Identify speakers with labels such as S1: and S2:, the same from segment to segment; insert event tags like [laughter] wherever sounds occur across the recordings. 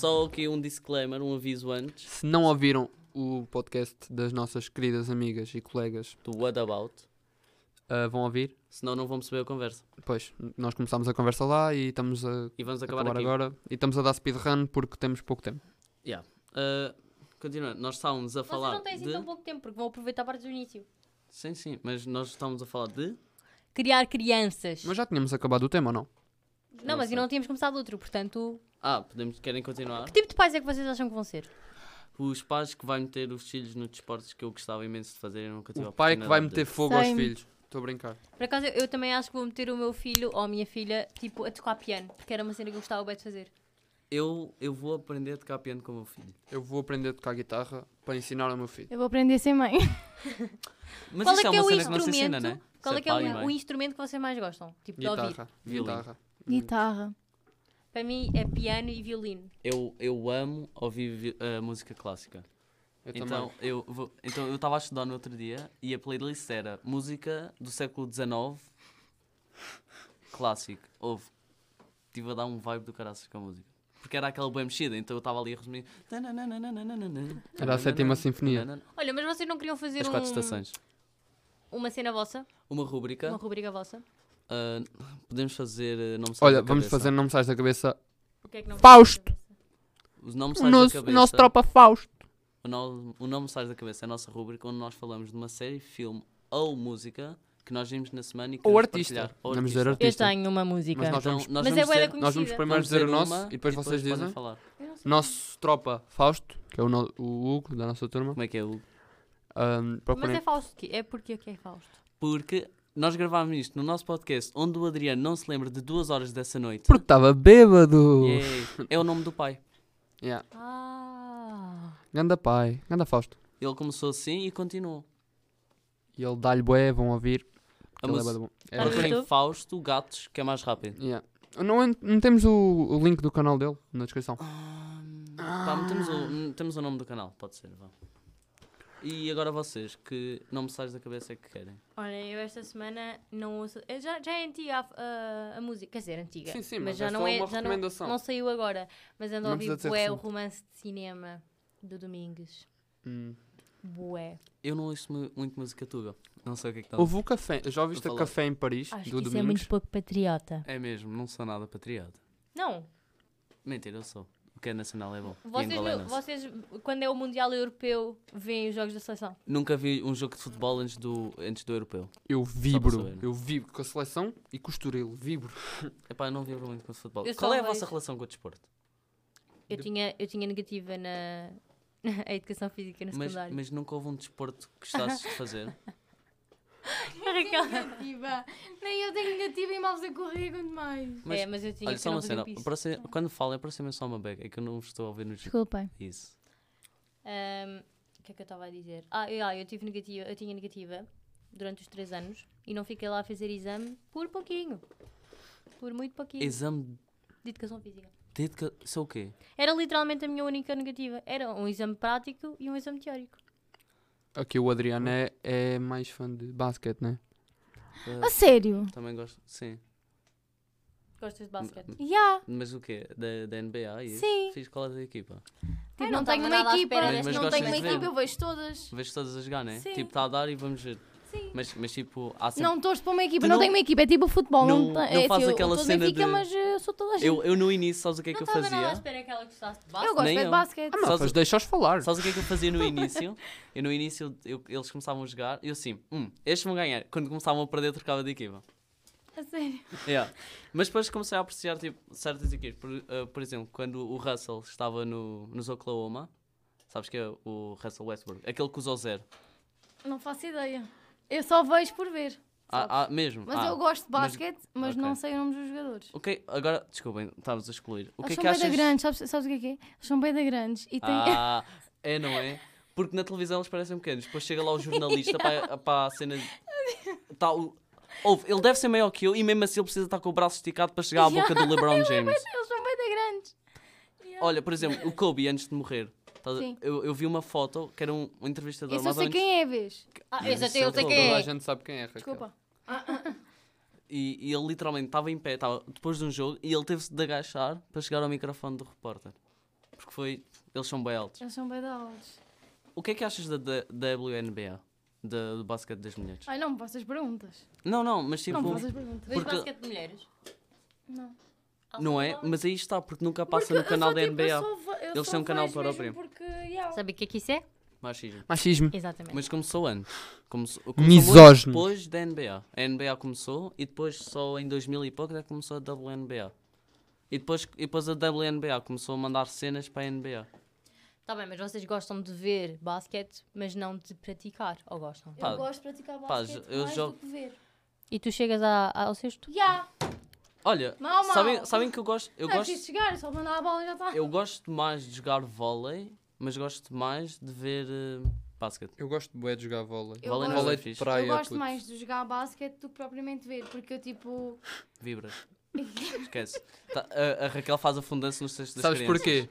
S1: coloquei um disclaimer, um aviso antes
S2: Se não ouviram o podcast das nossas queridas amigas e colegas,
S1: do What About,
S2: ah, vão ouvir.
S1: senão não vão perceber a conversa.
S2: Pois, nós começámos a conversa lá e estamos a
S1: E vamos acabar,
S2: acabar,
S1: aqui.
S2: Então agora. E estamos a dar speedrun porque temos pouco tempo.
S1: Ah, continuando, nós estávamos a
S3: Vocês
S1: falar
S3: não têm assim
S1: de...
S3: tão pouco tempo, porque vão aproveitar a parte do início.
S1: Sim, sim, mas nós estávamos a falar de...
S3: Criar crianças.
S2: Mas já tínhamos acabado o tema ou não?
S3: Não, mas
S1: sei.
S3: e não tínhamos começado outro, portanto.
S1: Ah, podemos, querem continuar?
S3: Que tipo de pais é que vocês acham que vão ser?
S1: Os pais que vai meter os filhos nos desportos que eu gostava imenso de fazer e nunca tive
S2: O
S1: a
S2: pai que vai
S1: oportunidade de.
S2: meter fogo aos
S3: Same.
S2: filhos. Estou a brincar.
S3: Por acaso, eu, eu também acho que vou meter o meu filho ou a minha filha, tipo, a tocar piano, porque era uma cena que eu gostava bem de fazer.
S1: Eu, eu vou aprender a tocar piano com o meu filho.
S2: Eu vou aprender a tocar guitarra para ensinar ao meu filho.
S4: Eu vou aprender a ser mãe.
S1: Mas
S3: Qual é
S1: isso
S3: que
S1: uma
S3: é o
S1: cena que não se ensina, não
S3: instrumento?
S1: é?
S3: Qual é
S1: Ser
S3: que é
S1: pai e
S3: o,
S1: mãe.
S3: o instrumento que vocês mais gostam? Tipo, de ouvir.
S2: Guitarra.
S1: Violino.
S2: Guitarra.
S4: [laughs] Guitarra.
S3: Para mim é piano e violino.
S1: Eu, eu amo ouvir vi- a música clássica.
S2: Eu
S1: então,
S2: também.
S1: eu vou- então eu estava a estudar no outro dia e a playlist era música do século XIX clássico. Houve. Estive a dar um vibe do caraças com a música. Porque era aquela bem mexida, então eu estava ali a resumir.
S2: Era a sétima sinfonia.
S3: Olha, mas vocês não queriam fazer
S1: As
S3: um,
S1: quatro estações.
S3: uma cena vossa?
S1: Uma rúbrica.
S3: Uma rubrica vossa?
S1: ah, podemos fazer eh, não me sai da
S2: Olha, vamos
S1: cabeça.
S2: fazer Não Me Sais da Cabeça.
S3: O que é que não
S4: Fausto.
S1: Os nomes
S4: O
S1: sais da
S4: nosso,
S1: cabeça.
S4: nosso tropa Fausto.
S1: O, no- o nome sai da cabeça é a nossa rúbrica onde nós falamos de uma série, filme ou música que nós vimos na semana e que
S2: Ou artista.
S1: Ou
S2: Vamos dizer
S3: Eu
S2: artista.
S3: tenho uma música.
S2: Mas nós
S1: Então,
S2: vamos,
S1: nós
S3: Mas é
S1: vamos
S3: bué
S1: ter-
S3: da
S2: nós vamos
S3: conhecida.
S2: primeiro dizer o
S1: uma
S2: nosso e depois vocês
S1: podem
S2: dizem.
S1: falar.
S2: Nosso tropa Fausto, que é o, no- o Hugo da nossa turma.
S1: Como é que é, Hugo?
S2: ahm,
S3: Mas
S2: procurem.
S3: é Fausto. que- É porque é que é Fausto.
S1: Porque nós gravámos isto no nosso podcast onde o Adriano não se lembra de duas horas dessa noite.
S2: Porque estava bêbado.
S1: Yay. É o nome do pai.
S2: Yeah.
S3: Ah.
S2: Ganda pai, ganda Fausto.
S1: Ele começou assim e continuou.
S2: E ele dá-lhe boé, vão ouvir.
S1: A
S2: Ele é
S1: música-
S2: bué bom. É
S3: Tá no
S2: bué.
S1: Procurem
S3: YouTube?
S1: Fausto Gatos, que é mais rápido.
S2: Yeah. Não, en- não temos o, o link do canal dele na descrição.
S1: Pá, metemos
S3: Ah.
S1: o, metemos o nome do canal, pode ser. Vá. E agora vocês, que nome sais da cabeça é que querem?
S3: Olha, eu esta semana não ouço. eh, Já, já é antiga a, a- a música. Quer dizer, antiga.
S2: Sim, sim, mas
S3: já
S2: é
S3: não
S2: só
S3: é.
S2: uma
S3: já não,
S2: recomendação.
S3: não saiu agora. Mas ando
S2: Não
S3: a ouvir
S2: precisa de ser
S3: Bué, o
S2: recente.
S3: romance de cinema do Domingues.
S2: Hum.
S3: Bué.
S1: Eu não ouço mu- muito música tuga. Não sei o que é que está.
S2: Houve o café, já ouviste
S1: Vou
S2: a
S1: falar.
S2: café em Paris do
S3: Acho que isso é muito
S2: Domingos?
S3: pouco patriota.
S1: É mesmo, não sou nada patriota.
S3: Não.
S1: Mentira, eu sou. O que é nacional é bom. E
S3: Vocês,
S1: Angola é
S3: não-
S1: nosso.
S3: vocês, quando é o Mundial Europeu, veem os jogos da seleção.
S1: Nunca vi um jogo de futebol antes do, antes do europeu.
S2: Eu
S1: Só para
S2: vibro,
S1: saber.
S2: eu vibro com a seleção e com o Estoril, vibro.
S1: Epá, eu não vibro muito com o futebol.
S3: Eu
S1: Qual
S3: só
S1: é a vossa
S3: vejo-
S1: relação com o desporto?
S3: Eu, tinha, eu tinha negativa na, [laughs] na educação física
S1: Mas,
S3: no [laughs] secundário.
S1: mas nunca houve um desporto que gostasses de
S3: [laughs]
S1: fazer?
S3: A Raquel-
S4: Negativa. Nem eu tenho negativa e mal se corrigam demais.
S1: Mas-
S3: é, mas eu tinha
S1: Olha,
S3: que
S1: só
S3: eu
S1: uma
S3: não fazia
S1: cena.
S3: piso.
S1: Aproxima- Quando falam, aproximem só uma beca. É que eu não vos estou a ouvir nos.
S4: Desculpem.
S1: Isso.
S3: Ahm, O que é que eu estava a dizer? Ah, eu, ah, eu tive negativa, eu tinha negativa durante os três anos e não fiquei lá a fazer exame por pouquinho. Por muito pouquinho.
S1: Exame
S3: de educação física.
S1: de educa... Isso é o quê?
S3: Era literalmente a minha única negativa. Era um exame prático e um exame teórico.
S2: Aqui o Adriano é, é mais fã de basquete, né?
S1: Ah,
S4: A sério?
S1: também gosto. Sim.
S3: Gostas de
S1: Hum,
S3: basquete?
S4: Já.
S1: Mas o quê? Da, da NBA? e isso?
S4: Sim.
S1: Fiz qual é da equipa?
S4: Tipo,
S3: Ai,
S4: não,
S3: não
S4: tenho
S3: tava
S4: uma
S3: nada à
S4: equipa.
S3: espera
S1: Mas- desta
S4: não
S1: mas
S4: tenho uma
S1: gostas de ver?
S4: equipa, eu vejo todas.
S1: Vejo todas a jogar, né?
S4: Sim.
S1: Tipo, está a dar e vamos ver.
S4: Sim.
S1: Mas, mas tipo, há sempre.
S4: Não torço para uma equipa,
S1: Tu
S4: não,
S1: não-
S4: tenho uma equipa, é tipo o futebol.
S1: não-
S4: Não,
S1: não
S4: tem- é,
S1: faz
S4: assim, eu-
S1: aquela
S4: eu sou
S1: cena
S4: Benfica,
S1: de-
S4: mas eh, sou toda a gente. Eu,
S1: Eu, eu no início, sabes o que é que eu
S3: nada à
S1: fazia?
S3: espera que ela gostasse de
S4: gosto
S1: nem
S4: é de
S1: eu.
S4: basquete.
S2: Ah,
S1: Só
S2: mas
S1: se-
S2: deixa-os falar.
S1: Sabes o que é que eu fazia
S4: [laughs]
S1: no início? Eu no início, eu- eles começavam a jogar e eu assim, hum, estes vão ganhar. Quando começavam a perder, eu trocava de equipa.
S4: A sério.
S1: Yeah. Mas depois comecei a apreciar tipo, certas equipas. Por, ah, por exemplo, quando o Russell estava no, nos Oklahoma, sabes que é o Russell Westbrook? Aquele que usou zero.
S4: Não faço ideia. Eu só vejo por ver.
S1: Ah, ah, mesmo.
S4: Mas
S1: ah.
S4: eu gosto de
S1: mas-
S4: basquete, mas,
S1: ok.
S4: não sei o nome dos jogadores.
S1: Ok, agora, desculpem, estávamos a excluir. O que
S4: Eles
S1: é
S4: são
S1: que
S4: bem da
S1: achas?
S4: grandes, sabes, sabes o que é que é? Eles são bem da grandes e têm.
S1: Ah, [laughs] é, não é? Porque na televisão eles parecem pequenos. Depois chega lá o jornalista para, a- para a cena. de- Tá, o... Ouve, ele deve ser maior que eu e mesmo assim ele precisa estar com o braço esticado para chegar à boca
S4: [laughs]
S1: do LeBron James.
S4: [laughs] Eles são bem da grandes.
S1: Olha, por exemplo, o Kobe antes de morrer. Estás a-
S4: Sim.
S1: Eu, eu vi uma foto que era um, um entrevistador
S4: Eu só
S1: mais ou
S4: sei
S1: menos-
S4: quem é, vês.
S3: Ah,
S1: Mas
S3: eu já
S1: isso
S3: sei, eu
S1: é
S3: sei
S1: todo.
S3: quem
S2: Toda
S3: é.
S2: a gente sabe quem é, Raquel.
S4: Desculpa. é.
S1: E, e ele literalmente estava em pé, estava depois de um jogo e ele teve-se de agachar para chegar ao microfone do repórter. Porque foi. Eles são bem altos.
S4: Eles são bem da altos.
S1: O que é que achas da, da, da WNBA? Da, do basquete das mulheres?
S4: Ai, não me faças perguntas.
S1: Não, não, mas tipo.
S4: Não me faças perguntas.
S3: Vês
S1: Porque-
S3: basquete de mulheres?
S4: Não.
S1: Não é? Mas aí está, porque nunca passa
S4: Porque
S1: no canal
S4: eu só,
S1: da
S4: tipo,
S1: NBA.
S4: eu só ve- eu
S1: Eles
S4: só
S1: têm um canal
S4: vejo
S1: próprio.
S4: mesmo Porque, yeah.
S3: Sabe o que é que isso é?
S1: Machismo.
S2: Machismo.
S3: Exatamente.
S1: Mas começou antes. Começou, começou muito
S2: Misógino.
S1: depois da NBA. A NBA começou e depois só em 2000 e pouco é que começou a WNBA. E depois, e depois a WNBA começou a mandar cenas para a NBA.
S3: Tá bem, mas vocês gostam de ver basquete, mas não de praticar, ou gostam?
S1: Pá,
S4: eu gosto de praticar
S1: pá,
S4: basquete
S1: eu
S4: mais
S1: jogo-
S4: do que ver.
S3: E tu chegas a- ao sexto?
S4: Yeah.
S1: Olha,
S4: Mal, mal.
S1: Sabem, sabem que eu gosto. Eu
S4: Não é
S1: gosto,
S4: preciso chegar, é só mandar a bola e já tá. está.
S1: eu gosto mais de jogar vôlei, mas gosto mais de ver eh, basquete.
S2: Eu gosto bué de jogar vôlei.
S4: Eu
S1: vôlei
S4: gosto-
S1: não é
S2: Vôlei de
S1: fixe.
S2: praia,
S4: eu gosto
S2: puto.
S4: mais de jogar basquete do que propriamente ver, porque eu tipo.
S1: Vibras.
S3: [laughs]
S1: Esquece. Tá, a, a Raquel faz afundança nos textos das
S2: Sabes
S1: crianças.
S2: porquê?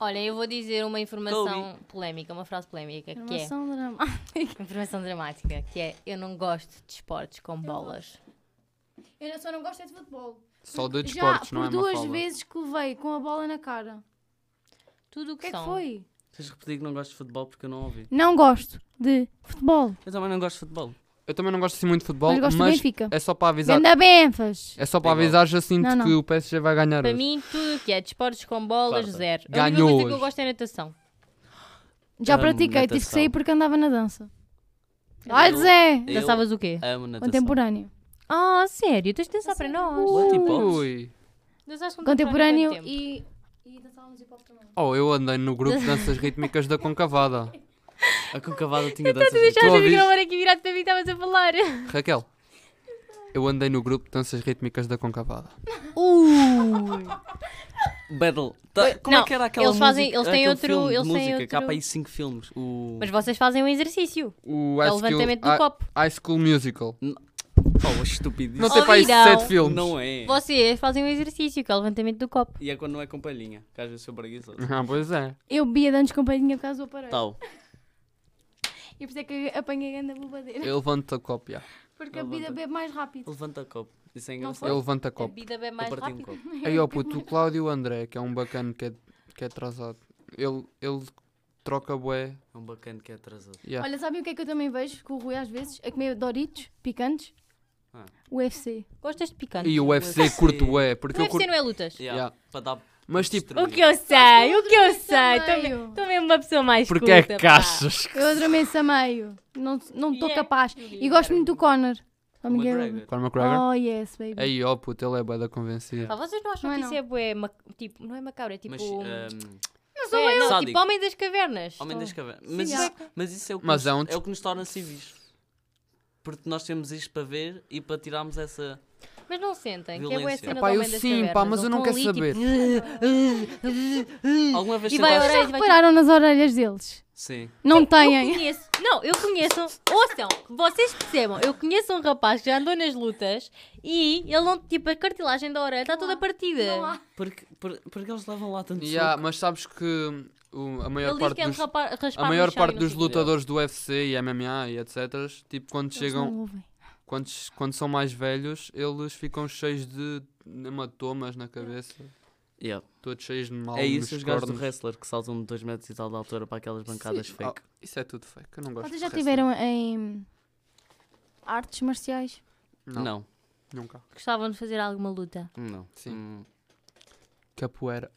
S3: Olha, eu vou dizer uma informação polémica, uma frase polémica, que é...
S4: Informação dramática.
S3: Informação dramática, que é... Eu não gosto de esportes com bolas.
S4: [laughs] Eu só não gosto é de futebol.
S2: Só dois
S4: já
S2: esportes, não
S4: por
S2: é uma
S4: duas
S2: fala.
S4: vezes que levei com a bola na cara.
S3: Tudo o
S4: O que é
S3: que
S4: que
S3: são...
S4: foi?
S1: Tens de repetir que não gosto de futebol porque eu não ouvi.
S4: Não gosto de futebol,
S1: Eu também não gosto de futebol.
S2: Eu também não gosto assim muito de futebol,
S4: mas
S2: mas,
S4: gosto de Benfica.
S2: é só para avisar.
S4: Ganda Benfas.
S2: É só para
S1: Igual.
S2: avisar Jacinto
S4: Não, não.
S2: que o PSG vai ganhar
S3: Para
S2: hoje.
S3: mim, tudo o que é de esportes com bolas,
S1: Claro.
S3: zero. a
S2: Ganhou
S3: única coisa que
S2: hoje.
S3: eu gosto é natação.
S4: Já
S1: Amo
S4: pratiquei, tive que
S1: natação.
S4: sair porque andava na dança. Ai,
S1: Eu-
S4: Zé!
S1: Eu
S3: Dançavas o quê?
S1: amo natação.
S4: Contemporâneo.
S3: Ah, sério? Tens de dançar para nós.
S1: What, hip hop?
S2: Ui.
S3: Dançaste
S4: Contemporâneo
S3: quanto tempo?
S4: e. E dançávamos hip hop também.
S2: Oh, eu andei no grupo de danças rítmicas da Concavada.
S1: A concavada tinha danças.
S3: Tu deixaste
S2: Tu
S3: o
S2: ouviste?
S3: microfone aqui virado para mim, estavas a falar.
S2: Raquel, eu andei no grupo de danças rítmicas da Concavada.
S3: Uh!
S1: Battle. Tá, como
S3: não,
S1: é que era aquela
S3: eles fazem-
S1: música?
S3: eles têm
S1: aquele
S3: outro-
S1: filme de
S3: eles têm
S1: música,
S3: outro-
S1: que há para aí 5 filmes. O...
S3: Mas vocês fazem um exercício.
S2: O
S3: que é
S2: High
S3: o
S2: School-
S3: levantamento do
S2: Hi-
S3: copo.
S2: Ah, High School Musical.
S1: Oh, estupidez.
S2: Não tem para aí
S3: Ouviram?
S2: sete filmes.
S1: Não é.
S3: Vocês fazem um exercício, que é o levantamento do copo.
S1: E é quando não é com palhinha, que às vezes sou preguiçoso.
S3: Uhum.
S2: Ah, pois é.
S4: Eu bebia de antes com palhinha por causa do aparelho.
S2: Tá.
S1: Tal.
S4: E por isso é que apanhei a grande bobadeira.
S2: Eu levanto a copo, já.
S4: Porque a bebida
S1: Levanta.
S4: bebe mais rápido.
S1: Levanta copo. Isso é
S2: Eu
S1: engraçado.
S2: levanto a
S3: A
S2: copo.
S3: bebida bebe
S1: Eu
S3: mais
S1: parti um
S3: rápido.
S1: copo.
S2: Aí, ó puto, o Cláudio André, que é um bacana que é, que é atrasado, ele, ele troca bué.
S1: É um bacana que é atrasado.
S2: Yeah.
S4: Olha, sabem o que é que eu também vejo com o Rui às vezes? A comer Doritos picantes?
S1: Ah.
S4: UFC.
S3: Gostas de picante?
S2: E o UFC
S1: UFC.
S2: curto bué, porque eu
S3: O UFC
S2: curto...
S3: não é lutas.
S1: Yeah,
S2: Yeah.
S1: Para dar...
S2: Mas tipo,
S1: destruir.
S3: O que é eu sei, o que eu sei.
S4: também.
S3: Estou mesmo uma pessoa mais
S2: porque é caixas. [laughs]
S4: Eu adormeço a meio. Não não estou
S3: Yeah.
S4: capaz. E gosto muito do Conor. Só
S1: O
S3: um
S4: me
S1: McGregor.
S4: quero-
S2: Conor McGregor?
S4: Oh, yes, baby.
S2: Aí, ó puto, ele é bué da convencida.
S3: Pá, vocês não acham
S4: Não é
S3: que isso é bué, ma- tipo, não é macabro, é tipo...
S1: Mas,
S2: eh,
S1: ehm,
S3: não sou eu,
S1: sádico.
S3: tipo homem das cavernas.
S1: Homem das
S3: Estão-
S1: cavernas. Mas,
S4: Sim,
S1: isso,
S4: yeah.
S1: mas isso é o que,
S2: Mas
S1: nos,
S2: é um des-
S1: o que nos torna civis. Porque nós temos isto para ver e para tirarmos essa.
S3: Mas não sentem, que é bué a
S1: Violência.
S3: cena do
S2: Epá, eu
S3: homem das
S2: sim,
S3: cavernas.
S2: pá, mas eu não
S3: Eles
S2: quero
S3: estão ali, tipo,
S1: Alguma vez
S3: E vai
S1: sentaste-
S3: orar e vai tipo...
S4: Repararam nas orelhas deles?
S1: Sim.
S4: Não
S3: Eu
S4: têm.
S3: conheço, não, eu conheço, um- ouçam, vocês percebam, eu conheço um rapaz que já andou nas lutas e ele não, tipo, a cartilagem da orelha está toda partida.
S4: Não há.
S1: Porque, por- porque eles levam lá tanto
S2: Yeah,
S1: soco?
S2: mas sabes que o- a maior
S3: Ele diz
S2: parte
S3: que é ele
S2: dos,
S3: rapa- raspar
S2: a maior
S3: no chão e
S2: parte
S3: não
S2: dos
S3: sei o quê.
S2: lutadores do UFC e MMA e etc, tipo, quando chegam,
S4: Não ouvem.
S2: quando, quando são mais velhos, eles ficam cheios de hematomas na cabeça,
S1: Yeah.
S2: todos cheios de mal
S1: É isso
S2: nos
S1: os gajos do
S2: cornos.
S1: wrestler que saltam de 2 metros e tal de altura para aquelas bancadas
S2: Sim.
S1: fake.
S2: Oh, isso é tudo fake, eu não gosto
S4: Vocês
S2: de
S4: já
S2: wrestling.
S4: tiveram em artes marciais?
S2: Ah, Não,
S1: Não,
S2: nunca.
S3: Gostavam de fazer alguma luta.
S1: não.
S2: Sim.
S1: Hum.
S2: Capoeira.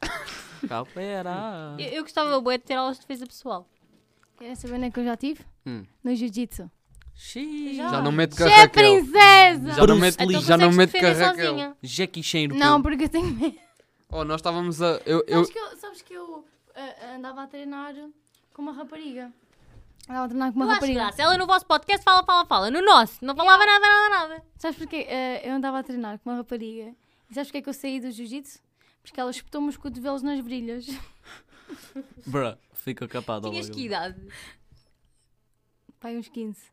S1: Capoeira.
S3: Eu, eu gostava bué de ter aulas de defesa pessoal.
S4: Querem saber onde é que eu já tive?
S1: Hum.
S4: No jiu-jitsu.
S1: Xiii.
S3: Ah, Já.
S2: Já não mete com a
S4: Che
S2: Raquel.
S4: princesa!
S2: Já não
S1: Bruce
S2: mete,
S1: Lee.
S3: Então
S2: já não
S3: consegues
S2: mete com a
S3: defender
S2: Raquel.
S3: sozinha.
S1: Jackie Chan europeu.
S4: Não, porque eu tenho medo.
S2: Oh, nós estávamos a... Eu, eu,
S4: Sabes que eu, sabes que eu ah, andava a treinar com uma rapariga. Andava a treinar com uma
S3: Eu acho
S4: rapariga.
S3: graça. Ela no vosso podcast fala, fala, fala. No nosso, não falava nada, nada, nada.
S4: Sabes porquê? Ah, eu andava a treinar com uma rapariga. E sabes porquê é que eu saí do jiu-jitsu? Porque ela espetou-me os cotovelos nas brilhas. [laughs]
S1: Bruh, fica capado
S3: Tinhas
S1: Tá logo.
S3: que idade? Então
S4: Pai, uns Então, 15.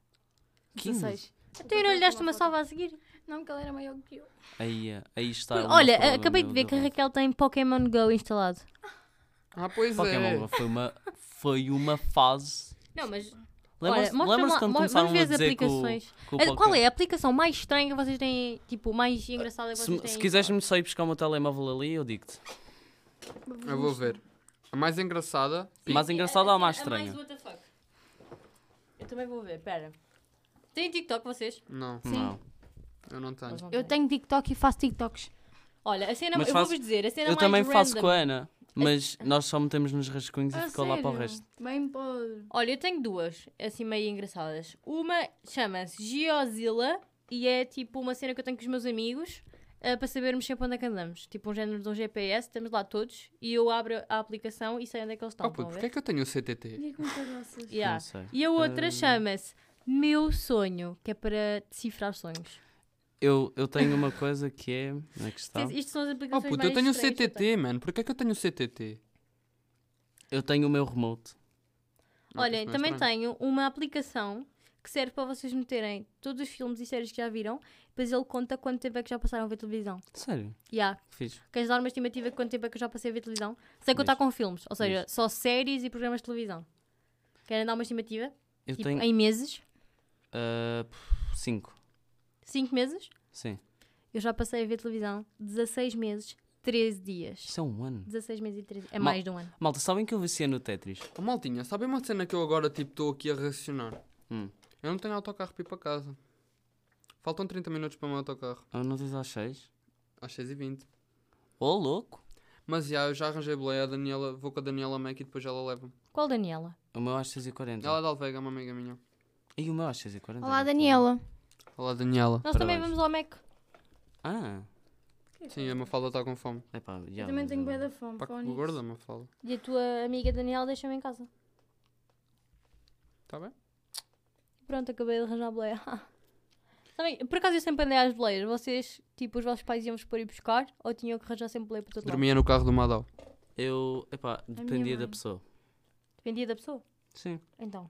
S1: 15?
S4: 16.
S3: Tu não lhe deste uma salva a seguir?
S4: Não, porque ela era maior que eu.
S1: Aí, eh, aí está. o
S3: Olha,
S1: nosso
S3: acabei de
S1: problema,
S3: ver que a
S1: meu Deus.
S3: Raquel tem Pokémon Go instalado.
S2: Ah, pois
S1: Pokémon
S2: é.
S1: Go foi uma, foi uma fase.
S3: Não, mas
S1: Lembram-se
S3: mostra
S1: lembram-se
S3: lá-
S1: quando
S3: mo-
S1: começaram
S3: vamos ver
S1: a
S3: as
S1: dizer que o,
S3: aplicações.
S1: que o
S3: Olha, Qual
S1: Poké-
S3: é a aplicação mais estranha que vocês têm, tipo, mais engraçada que vocês
S1: Se,
S3: têm?
S1: se quiseres-me sair buscar o meu telemóvel ali, eu digo-te.
S2: Eu vou ver. A mais engraçada. pico.
S1: Mais engraçada ou a mais
S3: A É, mais
S1: estranha?
S3: what the fuck. Eu também vou ver, pera. Tem TikTok vocês?
S2: Não,
S4: Sim.
S1: Não.
S2: eu não tenho. Oh,
S3: Eles não
S4: Eu
S3: têm.
S4: tenho TikTok e faço TikToks.
S3: Olha, a cena,
S1: Mas
S3: eu
S1: faço-
S3: vou-vos dizer, a cena
S1: Eu
S3: mais
S1: também faço
S3: random.
S1: com a Ana, mas nós só metemos nos rascunhos e
S4: Ah,
S1: ficou lá para o
S4: sério?
S1: resto.
S4: Bem pode.
S3: Olha, eu tenho duas, assim meio engraçadas. Uma chama-se Geozilla e é tipo uma cena que eu tenho com os meus amigos eh, para sabermos sempre onde é que andamos. Tipo um género de um GPS, estamos lá todos e eu abro a aplicação e sei onde é que eles estão.
S2: Oh, puto,
S3: estão a
S2: porquê
S3: ver?
S2: é que eu tenho o CTT?
S4: E é como caraças.
S3: Yeah.
S1: Não sei.
S3: E a outra
S2: Hum.
S1: Ah.
S3: chama-se Meu Sonho, que é para decifrar sonhos.
S1: Eu, eu tenho uma coisa que é. Onde é que está?
S3: Isto- Isto são as
S2: Oh,
S3: aplicações
S2: puto,
S3: mais
S2: eu tenho o
S3: estranhas que eu
S2: CTT, mano. Porquê é que eu tenho o CTT?
S1: Eu tenho o meu remote.
S2: Não,
S3: Olha,
S2: isso não é
S3: também
S2: estranho.
S3: tenho uma aplicação que serve para vocês meterem todos os filmes e séries que já viram, depois ele conta quanto tempo é que já passaram a ver televisão.
S1: Sério?
S3: Yeah.
S1: Fiz.
S3: Queres dar uma estimativa de quanto tempo é que eu já passei a ver televisão? Sem contar
S1: Diz.
S3: com filmes, ou seja, só séries e programas de televisão. Querem dar uma estimativa?
S1: Eu
S3: tipo,
S1: tenho.
S3: em meses?
S1: ah, pff, cinco.
S3: cinco meses?
S1: Sim.
S3: Eu já passei a ver televisão 16 meses, 13 dias.
S1: Isso é um ano.
S3: 16 meses e 13. É
S1: Mal-
S3: mais de um ano.
S1: Malta, sabem que eu viciei no Tetris?
S2: Oh, maltinha, sabe uma cena que eu agora tipo estou aqui a racionar?
S1: Hum.
S2: Eu não tenho autocarro para ir para casa. Faltam 30 minutos para o meu autocarro.
S1: Ah, não tens às seis?
S2: Às 6h20.
S1: Oh, louco!
S2: Mas já, eu já arranjei boleia, a Daniela, vou com a Daniela Mac e depois ela leva-me.
S3: Qual Daniela?
S1: O meu às 6h40.
S2: Ela é da Alvega, é uma amiga minha.
S1: E é? o meu às 6h40.
S4: Olá, Daniela.
S2: Olá, Daniela.
S3: Nós também
S1: Parabéns.
S3: vamos ao Mac.
S1: Ah,
S2: Sim, a Mafalda está com fome.
S1: é pá, já.
S4: Eu também
S1: mas
S4: tenho
S1: eu-
S4: bué da fome.
S2: Pá,
S4: fala
S2: que
S4: nisso.
S2: gorda, Mafalda.
S3: E a tua amiga Daniela deixa-me em casa.
S2: Está Tá bem?
S3: Pronto, acabei de arranjar a boleia. [laughs] Também, por acaso eu sempre andei às boleias. Vocês, tipo, os vossos pais iam-vos pôr ir buscar ou tinham que arranjar sempre boleia para todo lado?
S2: Dormia no carro do Madal.
S1: Eu, epá, dependia da
S4: mãe.
S1: pessoa.
S3: Dependia da pessoa.
S1: Sim.
S3: Então,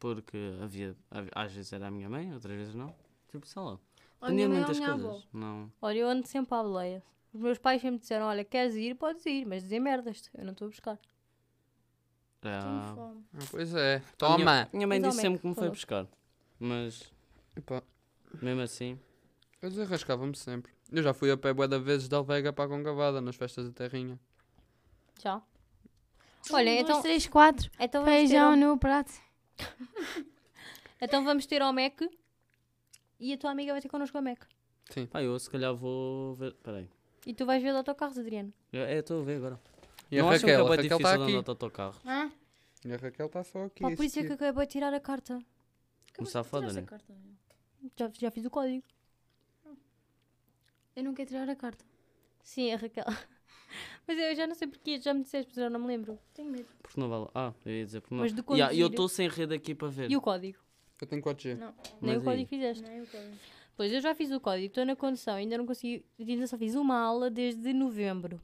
S1: Porque havia, hav- às vezes era a minha mãe, outras vezes não. Tipo, sei lá.
S4: Ou a
S1: Dependia
S4: minha
S1: de
S4: mãe ou a
S1: muitas
S4: minha
S1: coisas.
S4: avó.
S1: Não.
S3: olha, eu ando sempre à boleia. Os meus pais sempre disseram: Olha, queres ir? Podes ir, mas dizer merdas. Eu não estou a buscar.
S1: Ah,
S4: Tenho fome.
S2: Ah, pois é.
S1: a minha-
S2: Toma!
S1: Minha mãe
S3: Mas ao
S1: disse sempre que me foi
S3: Falou.
S1: buscar. Mas,
S2: Epá,
S1: mesmo assim,
S2: eu desarrascava-me sempre. Eu já fui a pé bué da vezes da Alvega para a Congavada, nas festas da Terrinha.
S3: Já. Olha,
S4: um,
S3: então,
S4: Dois, três, quatro.
S3: então, vamos ter
S4: Feijão
S3: ao,
S4: no prato.
S3: então vamos ter ao Mac e a tua amiga vai ter connosco ao Mac.
S1: pá, eu se calhar vou ver. Peraí.
S3: E tu vais ver o autocarro, Adriano.
S1: Eu- É, estou a ver agora.
S2: E
S1: não
S2: a
S1: acham que é
S2: Raquel, a
S1: bué
S2: Raquel
S1: difícil
S2: está
S1: andar de
S2: aqui.
S1: autocarro?
S4: Ah,
S2: E a Raquel está só aqui.
S3: Pá, por
S2: a
S3: isso é que eu
S2: seguir.
S3: acabei de tirar a carta.
S1: Começar a foda, né?
S3: Já, já fiz o código.
S4: Eu não quero tirar a carta.
S3: Sim, a Raquel. [laughs] Mas eu já não sei porquê, já me disseste, mas eu não me lembro.
S4: Tenho medo.
S1: Porque não vale. Ah, eu ia dizer porque não.
S3: Mas de
S1: Yeah, e eu
S3: conduzir-
S1: estou sem rede aqui para ver.
S3: E o código?
S2: Eu tenho 4G.
S4: Não.
S3: Nem
S1: Mas
S3: o
S1: e
S3: código
S1: aí?
S3: fizeste.
S4: Não, eu quero.
S3: Pois eu já fiz o código, estou na condução, ainda não consegui, ainda só fiz uma aula desde novembro.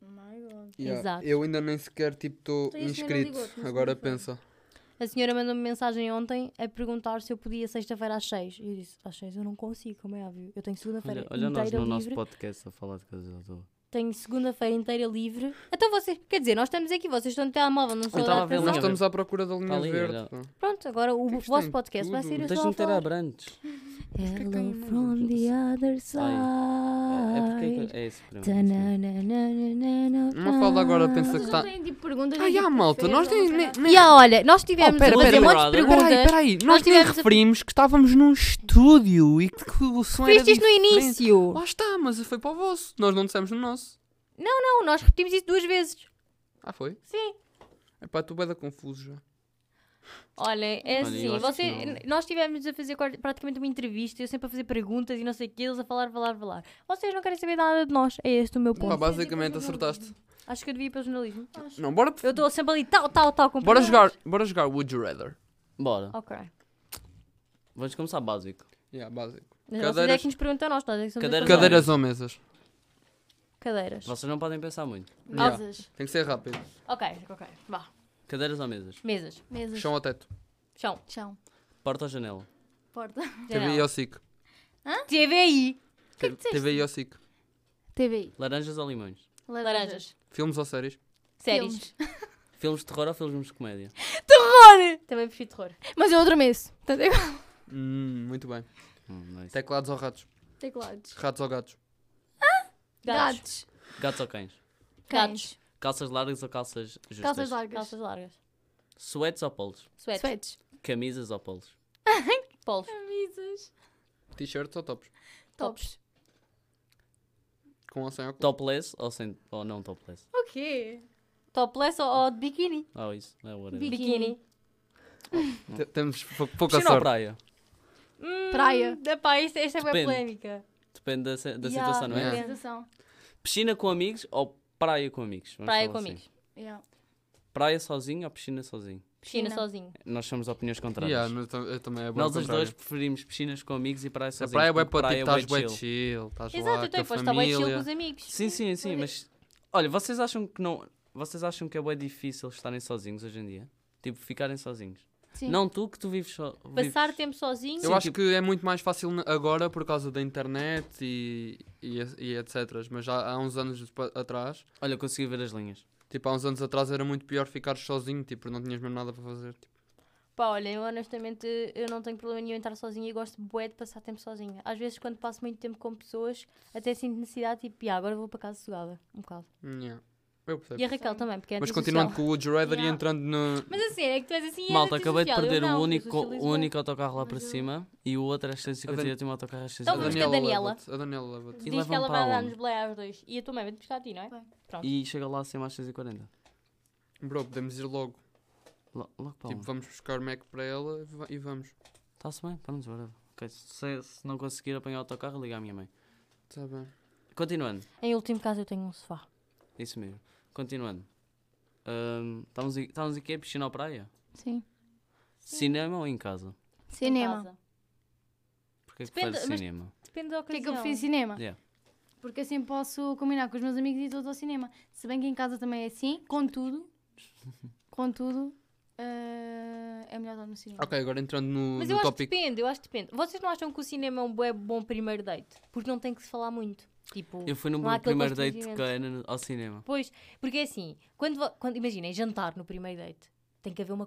S4: My God.
S2: Yeah,
S3: Exato.
S2: Eu ainda nem sequer tipo estou
S4: Então, e a senhora
S2: inscrito.
S4: ligou-te no
S2: Agora
S4: telefone?
S2: pensa.
S3: A senhora mandou-me mensagem ontem a perguntar se eu podia sexta-feira às seis. E eu disse, às seis eu não consigo, como é óbvio. Eu tenho segunda-feira
S1: Olha, olha
S3: inteira
S1: nós no nosso
S3: livre.
S1: podcast a falar de coisas à toa.
S3: Tenho segunda-feira inteira livre. Então vocês, quer dizer, nós estamos aqui, vocês estão no telemóvel, não sou
S1: Eu estava a
S3: a
S1: ver
S3: dar
S1: linha
S2: Nós
S1: verde.
S3: atenção.
S2: estamos à procura da linha
S1: ali,
S2: verde.
S1: olha.
S2: pá.
S3: Pronto, agora o
S2: que isto
S3: vosso
S2: tem
S3: podcast vai
S2: tudo? é
S3: ser eu
S1: Tens
S3: só
S1: de
S3: a
S1: meter
S3: falar.
S1: abrantes. que tem
S3: Hello
S1: um nome?
S3: from the other
S1: É, é porque é
S3: side.
S1: que- é esse problema.
S3: Tananana.
S2: Uma fala
S3: Ah,
S2: agora pensa que
S4: Vocês não
S2: está.
S4: têm tipo perguntas.
S2: Tá. Ah, já, malta, nós nem. nem, nem...
S3: E ah, olha, nós tivemos
S2: Oh, pera,
S3: a fazer
S2: pera,
S3: um monte de
S1: brother.
S3: perguntas.
S2: Peraí, peraí,
S3: Nós
S2: nós nem
S3: tivemos a-
S2: referimos que estávamos num estúdio e que que o som
S3: Tu viste
S2: era
S3: isto no
S2: diferente.
S3: início.
S2: Lá está, mas foi para o vosso. Nós não dissemos no nosso.
S3: Não, nós repetimos isso duas vezes.
S2: Ah, foi?
S3: Sim.
S2: Epá, tu vai dar confuso já.
S3: Olha, é
S1: Olha,
S3: assim,
S1: eu acho
S3: você-
S1: que não.
S3: nós tivemos a fazer quase- praticamente uma entrevista, eu sempre a fazer perguntas e não sei o que, eles a falar, falar, falar. Vocês não querem saber nada de nós, é este o meu
S2: Pá,
S3: ponto.
S2: basicamente acertaste.
S3: Acho que eu devia ir para o jornalismo.
S2: Não, bora,
S3: Eu estou sempre ali, tal, tal, tal, com
S2: bora,
S3: perguntas.
S2: jogar, bora jogar Would You Rather.
S1: Bora,
S3: Ok.
S1: vamos começar básico.
S2: Yeah, básico.
S3: Mas vocês é
S2: Cadeiras-
S3: que nos perguntam a nós, nós é que somos
S1: Cadeiras-
S3: as
S2: Cadeiras ou mesas?
S3: Cadeiras.
S1: Vocês não podem pensar muito.
S2: Yeah.
S4: Mesas.
S2: Tem que ser rápido.
S3: Ok, ok, vá.
S1: Cadeiras ou mesas?
S3: Mesas,
S4: Mesas.
S2: Chão ao teto.
S3: chão,
S4: Chão.
S1: Porta ou janela?
S4: [laughs] Porta.
S2: TV
S3: janela.
S2: ao SIC.
S3: TVI,
S4: que é que disseste?
S2: TV ao SIC.
S4: TVI.
S1: Laranjas ou limões?
S3: laranjas,
S2: Filmes ou séries?
S3: séries.
S4: Filmes.
S1: Filmes de terror ou filmes de comédia?
S3: Também prefiro [laughs] terror.
S4: Mas eu adormeço. Portanto, é igual.
S2: Hum, muito bem.
S1: Hum, nice.
S2: Teclados ou ratos?
S4: Teclados.
S2: Ratos ou gatos?
S3: Gatos.
S4: Gatos.
S1: Gatos ou cães?
S4: Cães.
S1: Calças largas ou calças justas?
S4: Calças largas.
S3: Calças largas.
S1: Suetes ou polos?
S3: Suéteres.
S4: Suetes.
S1: Camisas ou polos?
S3: Polos.
S4: Camisas.
S2: T-shirts ou tops?
S4: Tops.
S2: Com ou sem óculos?
S1: Topless ou, sem, ou não topless?
S4: O quê?
S3: Topless ou, ou de biquíni?
S1: Oh, isso. É whatever.
S4: Bi- Biquíni.
S3: Biquíni.
S2: T- Temos pou- pouca
S1: Piscina ou
S2: sorte.
S1: praia?
S3: Hum,
S4: Praia.
S3: Epá, isto, esta é bem
S1: Depende.
S3: polémica.
S1: Depende da, se- da
S3: Ya.
S1: situação, não é?
S2: Yeah.
S4: Realização.
S1: Piscina com amigos ou praia com amigos? Vamos
S3: Praia
S1: falar
S3: com
S1: assim.
S3: amigos.
S4: Yeah.
S1: Praia sozinho ou piscina sozinho?
S3: Piscina
S4: Piscina.
S3: sozinho.
S1: Nós somos opiniões contrárias.
S2: Yeah, mas tam- eu também é bom.
S1: Nós os dois preferimos piscinas com amigos e praia
S2: A
S1: sozinho.
S2: praia é bué
S1: porque
S2: para tipo,
S1: praia
S2: estás
S1: bué
S2: bem chill, estás
S3: Exato,
S2: lá
S3: então
S2: com a
S3: depois está bem chill com
S2: família.
S3: os amigos.
S1: Sim, sim, sim, mas olha, vocês acham que não. Vocês acham que é bem difícil estarem sozinhos hoje em dia? Tipo, ficarem sozinhos.
S4: Sim.
S1: Não tu que tu vives só.
S3: Passar
S1: vives-
S3: tempo sozinho.
S2: Eu
S1: Sim,
S2: acho
S1: tipo-
S2: que é muito mais fácil n- agora por causa da internet e, e, e etc. Mas já há uns anos pa- atrás,
S1: Olha, consegui ver as linhas.
S2: tipo, há uns anos atrás era muito pior ficar sozinho, tipo, não tinhas mesmo nada para fazer. tipo.
S3: Pá, olha, eu honestamente eu não tenho problema nenhum em estar sozinha e gosto bué de passar tempo sozinha. Às vezes quando passo muito tempo com pessoas, até sinto necessidade, tipo, "Ya, agora vou para casa sossegada, um bocado.
S2: Yeah. Eu percebo.
S3: E a Raquel também, porque é
S2: Mas
S3: antissocial.
S2: continuando com o Would You Rather e
S4: Yeah.
S2: entrando no.
S3: Mas assim, é que tu és assim
S1: Malta,
S3: és
S1: acabei de
S3: antissocial. Eu
S1: perder
S3: não,
S1: o
S3: eu
S1: único,
S3: socializo
S1: o
S3: bué.
S1: único autocarro lá para
S4: Mas eu-
S1: cima e o outro às 158 e um autocarro às
S3: Então, vamos
S1: 6h.
S3: ver a Daniela.
S2: Lovett, A Daniela Lovett.
S1: E
S3: Diz que
S1: levam
S3: ela
S1: para
S3: vai
S1: onde?
S3: dar-nos blé aos dois. E a tua mãe vai-te buscar a ti, não é?
S4: Vai.
S1: E chega lá sempre às 6h40.
S2: Bro, podemos ir logo.
S1: Lo- Logo para
S2: Tipo,
S1: onde?
S2: vamos buscar Mac para ela e va- e vamos.
S1: Está-se bem? Vamos embora. Ok, se, se não conseguir apanhar o autocarro, liga à minha mãe.
S2: Está Tá bem.
S1: Continuando.
S3: Em último caso eu tenho um sofá.
S1: Isso mesmo. Continuando. Ahm, estávamos, aqui- estávamos aqui a piscina ou praia?
S4: Sim.
S1: Cinema ou em casa?
S3: Em
S4: Cinema.
S3: casa.
S1: Porque é que
S3: Depende,
S1: preferes
S3: mas-
S1: cinema?
S3: Depende da
S4: O que é
S3: ocasião.
S4: que eu prefiro cinema?
S1: Yeah.
S4: Porque assim posso combinar com os meus amigos e todos ao cinema. Se bem que em casa também é assim, contudo, contudo, eh, é melhor estar no cinema.
S2: Ok, agora entrando no,
S3: Mas
S2: no
S3: eu acho
S2: tópico.
S3: que depende, eu acho que depende. Vocês não acham que o cinema é um bué bom primeiro date? Porque não tem que se falar muito. Tipo,
S1: Eu fui no
S3: não
S1: meu
S3: há aquele
S1: primeiro date com a
S3: constrangimento.
S1: Ana no- ao cinema.
S3: Pois, porque é assim, quando, vo- quando imaginem, jantar no primeiro date, tem que haver uma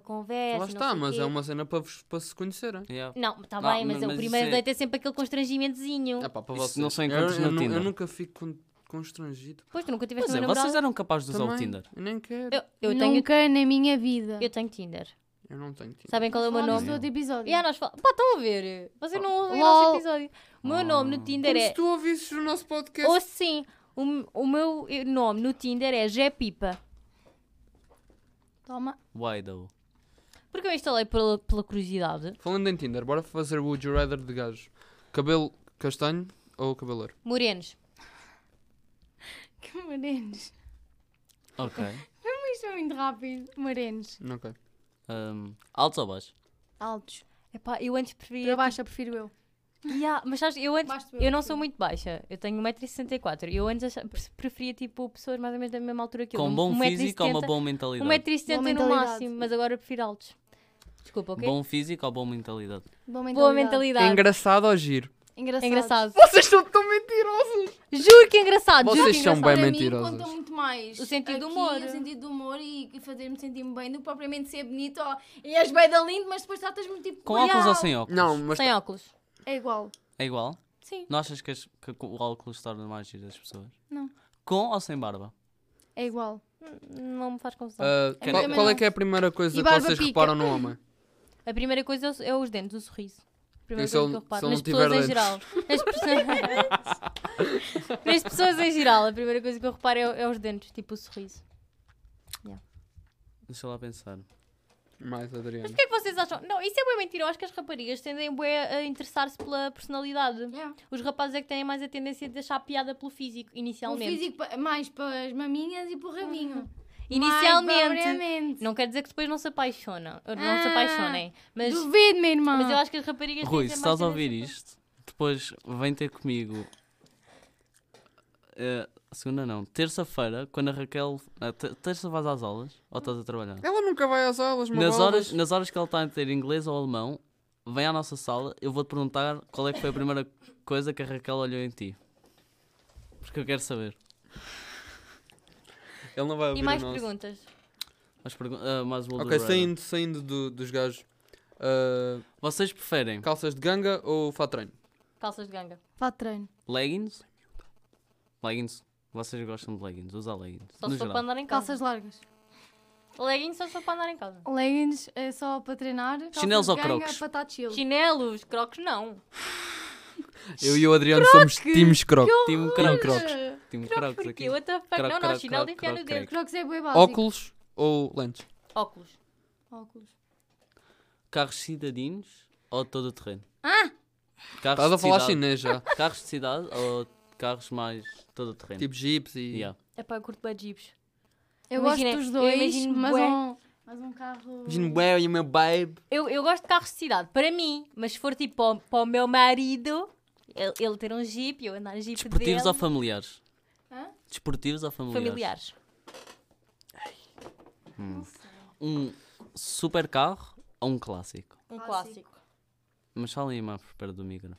S2: Lá
S3: conversa. não
S2: está,
S3: sei o
S2: mas
S3: quê.
S2: é uma cena para, vos- para se conhecerem.
S1: Yeah.
S3: Não, está
S1: Não,
S3: bem, mas,
S1: mas
S3: o
S1: isso
S3: primeiro
S1: é-
S3: date é sempre aquele constrangimentozinho.
S2: Ah, pá, para
S1: Isso
S2: vocês.
S1: não são
S2: Eu-
S1: encontros
S2: eu,
S1: no
S2: nu- eu
S1: Tinder.
S2: nunca fico con- constrangido.
S3: Pois, tu nunca tiveste
S1: Pois
S3: uma
S1: é, vocês
S3: namorada.
S1: eram capazes de usar o
S2: Também,
S1: Tinder.
S2: Eu nem quero. Eu,
S3: Eu, eu, tenho,
S4: Nunca na minha vida.
S3: eu tenho Tinder.
S2: não tenho Tinder.
S3: Sabem qual é o meu
S4: Falámos
S3: nome?
S4: do outro episódio.
S3: E ah, nós fal... Pá, estão a ver. Vocês não ouvem o
S4: Lol.
S3: nosso episódio. O meu
S1: Oh.
S3: nome no Tinder
S2: Como
S3: é.
S2: se tu ouvisses o nosso podcast.
S3: Ou sim, o, m- o meu nome no Tinder é Gé Pipa.
S4: Toma. [laughs]
S1: Why though?
S3: Porque eu instalei pela, pela curiosidade.
S2: Falando em Tinder, bora fazer o Would You Rather de gajos. Cabelo castanho ou cabeleiro?
S3: Morenos.
S4: Que morenos.
S3: [laughs]
S1: Ok.
S4: Isto é muito rápido. Morenos.
S2: Ok.
S1: Ahm, Um, altos ou baixos?
S4: Altos.
S3: Epá, eu antes
S4: Para
S3: preferia.
S4: baixa prefiro eu.
S3: Ya, mas sabes, eu antes.
S4: Baixo
S3: Eu não sou muito baixa. Eu tenho 1,64m. Eu antes acha- pre- preferia tipo pessoas mais ou menos da mesma altura que um eu.
S1: Com bom
S3: 1,70m,
S1: físico ou uma boa mentalidade?
S3: 1,70m no
S4: Boa mentalidade.
S3: máximo, mas agora eu prefiro altos. Desculpa, ok?
S1: Bom físico ou boa mentalidade?
S4: Boa mentalidade.
S3: Boa mentalidade.
S2: É Engraçado ou giro?
S4: Engraçado.
S3: É engraçado.
S2: Vocês estão tão mentirosos!
S3: Juro que é engraçado. juro
S2: Vocês
S3: que é
S2: são
S3: engraçado.
S2: bem
S4: Para
S2: mentirosas.
S4: mim conta muito mais
S3: O sentido do
S4: aqui,
S3: humor.
S4: O sentido do humor e e fazer-me sentir-me bem do que propriamente ser bonito ou, e és bem da lindo, mas depois tratas-me tipo.
S1: Com
S4: "Uau".
S1: óculos assim. ou sem óculos?
S2: Não, mas
S3: Sem óculos.
S4: É igual.
S1: É igual?
S4: Sim.
S1: Não achas que, as- que o óculos torna mais giro as pessoas?
S4: Não.
S1: Com ou sem barba?
S4: É igual.
S3: Não me faz confusão.
S2: ah,
S1: Quem-
S2: qual,
S1: Também
S2: qual é
S4: não.
S2: que é a primeira coisa que
S4: E barba
S2: vocês
S4: pica.
S2: reparam no homem?
S3: A primeira coisa é, o- é os dentes, o sorriso. A primeira
S2: se
S3: coisa
S2: ele- se
S3: que eu reparo.
S2: ele
S3: Nas
S2: não tiver
S3: pessoas em
S2: dentes?
S3: geral. Nas pessoas... Nas pessoas [laughs] em geral, a primeira coisa que eu reparo é, o- é os dentes, tipo o sorriso.
S1: Deixa lá pensar.
S2: Mais,
S3: Mas
S2: Adriana.
S3: o que é que vocês acham? Não, isso é bem mentira. Eu acho que as raparigas tendem bué a interessar-se pela personalidade.
S4: Um
S3: Os rapazes é que têm mais a tendência de deixar piada pelo físico,
S4: O
S3: inicialmente.
S4: físico pa- mais para as maminhas e para o rabinho. Mais
S3: Inicialmente.
S4: propriamente.
S3: Não quer dizer que depois não se apaixonam. ou Não se
S4: Ah,
S3: apaixonem. Mas,
S4: Duvido, minha irmã.
S3: mas eu acho que as raparigas
S1: Rui,
S3: têm
S1: se
S3: mais
S1: estás a ouvir
S3: tendência
S1: isto, depois vem ter comigo. eh, segunda não, terça-feira, quando a Raquel. ah, te- terça vais às aulas ou estás a trabalhar?
S2: Ela nunca vai às aulas,
S1: Nas
S2: magoadas.
S1: horas, nas horas que ela está a ter inglês ou alemão, vem à nossa sala, eu vou-te perguntar qual é que foi a primeira coisa que a Raquel olhou em ti. Porque eu quero saber.
S2: Ele não vai
S3: E
S2: ouvir
S3: mais
S2: o nosso.
S3: perguntas.
S1: Mas pergun- ah, mais uma
S2: Ok,
S1: outra.
S2: saindo, saindo do- dos gajos. ah,
S1: Vocês preferem
S2: calças de ganga ou fatranho?
S3: Calças de ganga.
S4: Vá de treino.
S1: leggings? Leggings Vocês gostam de leggings, usa leggings.
S3: Só
S1: no
S3: se for
S1: geral.
S3: para andar em casa.
S4: Calças largas.
S3: Leggings só se for para andar em casa.
S4: Leggings é só para treinar. calças
S1: Chinelos
S4: de
S1: ou
S4: ganga
S1: crocs?
S4: Para estar chill.
S3: Chinelos, crocs não.
S2: Eu e o Adriano somos times crocs.
S1: Time crocs.
S2: crocs.
S1: Time
S3: Crocs
S1: crocs
S3: porquê?
S1: aqui.
S3: What the fuck?
S1: Croc,
S3: não, não,
S1: croc,
S3: chinelo de
S1: croc,
S3: enfiar no
S1: croc,
S3: dedo.
S4: Crocs é bem básico.
S2: Óculos ou lentes?
S3: Óculos.
S4: Óculos.
S1: Carros cidadinos ou todo o terreno?
S4: Ah!
S1: Carros
S2: Estás a
S1: de
S2: falar
S1: cidade-
S2: chinês já.
S1: Carros de cidade ou carros mais todo o terreno?
S2: tipo jeeps e.
S1: Yeah.
S3: É para curto bad jeeps.
S4: Eu
S3: Imagina,
S4: gosto dos
S3: eu
S4: dois,
S3: imagino
S4: mas
S3: bué.
S4: um, mas um carro...
S2: Imagina, ué, e o meu babe.
S3: Eu, eu gosto de carros de cidade, para mim, mas se for tipo para o, para o meu marido, ele, ele ter um jeep, eu andar no jeep
S2: tipo
S1: Desportivos
S3: dele.
S1: ou familiares?
S4: Hã?
S1: Desportivos ou familiares?
S3: familiares.
S1: Um super carro ou um clássico?
S3: Um
S4: Clássico.
S3: clássico.
S1: Mas falem mais por perto do micro.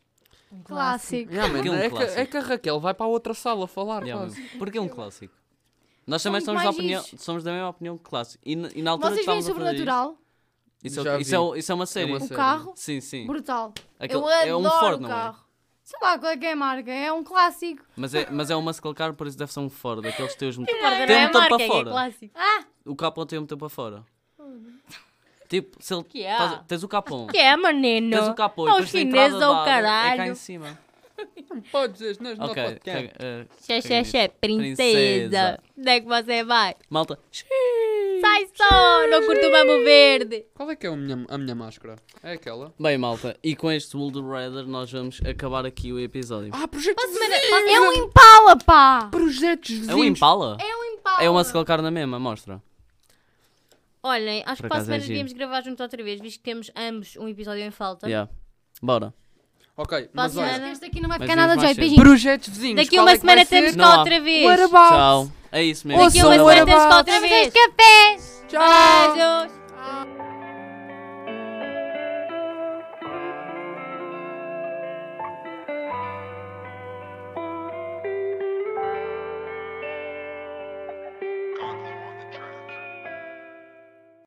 S3: Um
S4: Clássico.
S2: Yeah, man,
S1: Porque é um
S2: é, que,
S1: clássico.
S2: é que a Raquel vai para a outra sala falar.
S1: Yeah,
S2: quase.
S1: mesmo. Porquê um clássico? Nós
S4: São
S1: também
S4: muito
S1: somos da,
S4: mais
S1: opinião,
S4: giros.
S1: somos da mesma opinião que clássico. E, na- e na altura
S4: Vocês veem
S1: estávamos a fazer isto.
S4: Sobrenatural?
S1: Isso
S2: Já
S1: é, isso, é,
S2: vi.
S1: o- isso é uma série.
S2: uma
S4: O
S2: Sério?
S4: carro?
S1: Sim, sim.
S4: Brutal.
S1: Aquele-
S4: eu adoro
S1: é um Ford,
S4: o
S1: não é?
S4: carro. Sei lá qual é que é a marca. É um clássico.
S1: Mas é, mas é um muscle car, por isso deve ser um Ford. Aqueles
S4: [laughs]
S1: teus muito...
S3: Não
S1: Tem
S3: é
S1: um tampo
S3: marca,
S1: para
S3: é
S1: fora.
S3: clássico.
S1: O capão tem um tampo para fora. Tipo, se ele...
S3: Que é?
S1: faz- Tens o capão.
S3: Que é, menino?
S1: Tens o capão e
S3: É o
S1: depois tem a entrada
S3: chinês
S1: de
S3: ou
S1: água. É cá
S3: caralho.
S1: em cima.
S2: Não Pode dizer, não é não
S1: Ok.
S2: pode.
S1: caga- eh,
S3: Xé,
S1: caga
S3: xé,
S1: nisso.
S3: xé, princesa. Onde é que você vai?
S1: Malta.
S3: Sai só, não curto o bambu verde.
S2: Qual é que é a minha, a minha máscara? É aquela?
S1: Bem, malta. E com este Woolder Rider nós vamos acabar aqui o episódio.
S2: Ah, projetos
S4: É um Impala, pá!
S2: Projetos vizinhos.
S1: É um Impala?
S4: É um Impala.
S1: É uma muscle car na mesma, mostra.
S3: Olhem, acho
S1: Por
S3: que para a
S1: acaso é
S3: semana
S1: giro.
S3: devíamos gravar junto outra vez, visto que temos ambos um episódio em falta.
S1: Yeah. Bora.
S2: Ok,
S3: Para a
S2: mas olha.
S3: semana.
S4: Este aqui não vai
S1: Mas
S4: ficar nada de
S1: vimos mais
S4: jeito.
S1: cedo.
S4: Beijinhos.
S2: Projetos vizinhos.
S3: Daqui
S2: qual
S3: uma
S2: é que
S3: semana
S2: vai ser?
S3: temos
S1: Não
S3: cá
S1: há.
S3: outra vez.
S2: What about?
S1: Tchau. É isso mesmo.
S3: Daqui a uma
S2: Ouçam o
S3: semana temos cá
S2: Whereabouts.
S3: outra vez.
S2: Ah.
S4: Café!
S3: Beijos.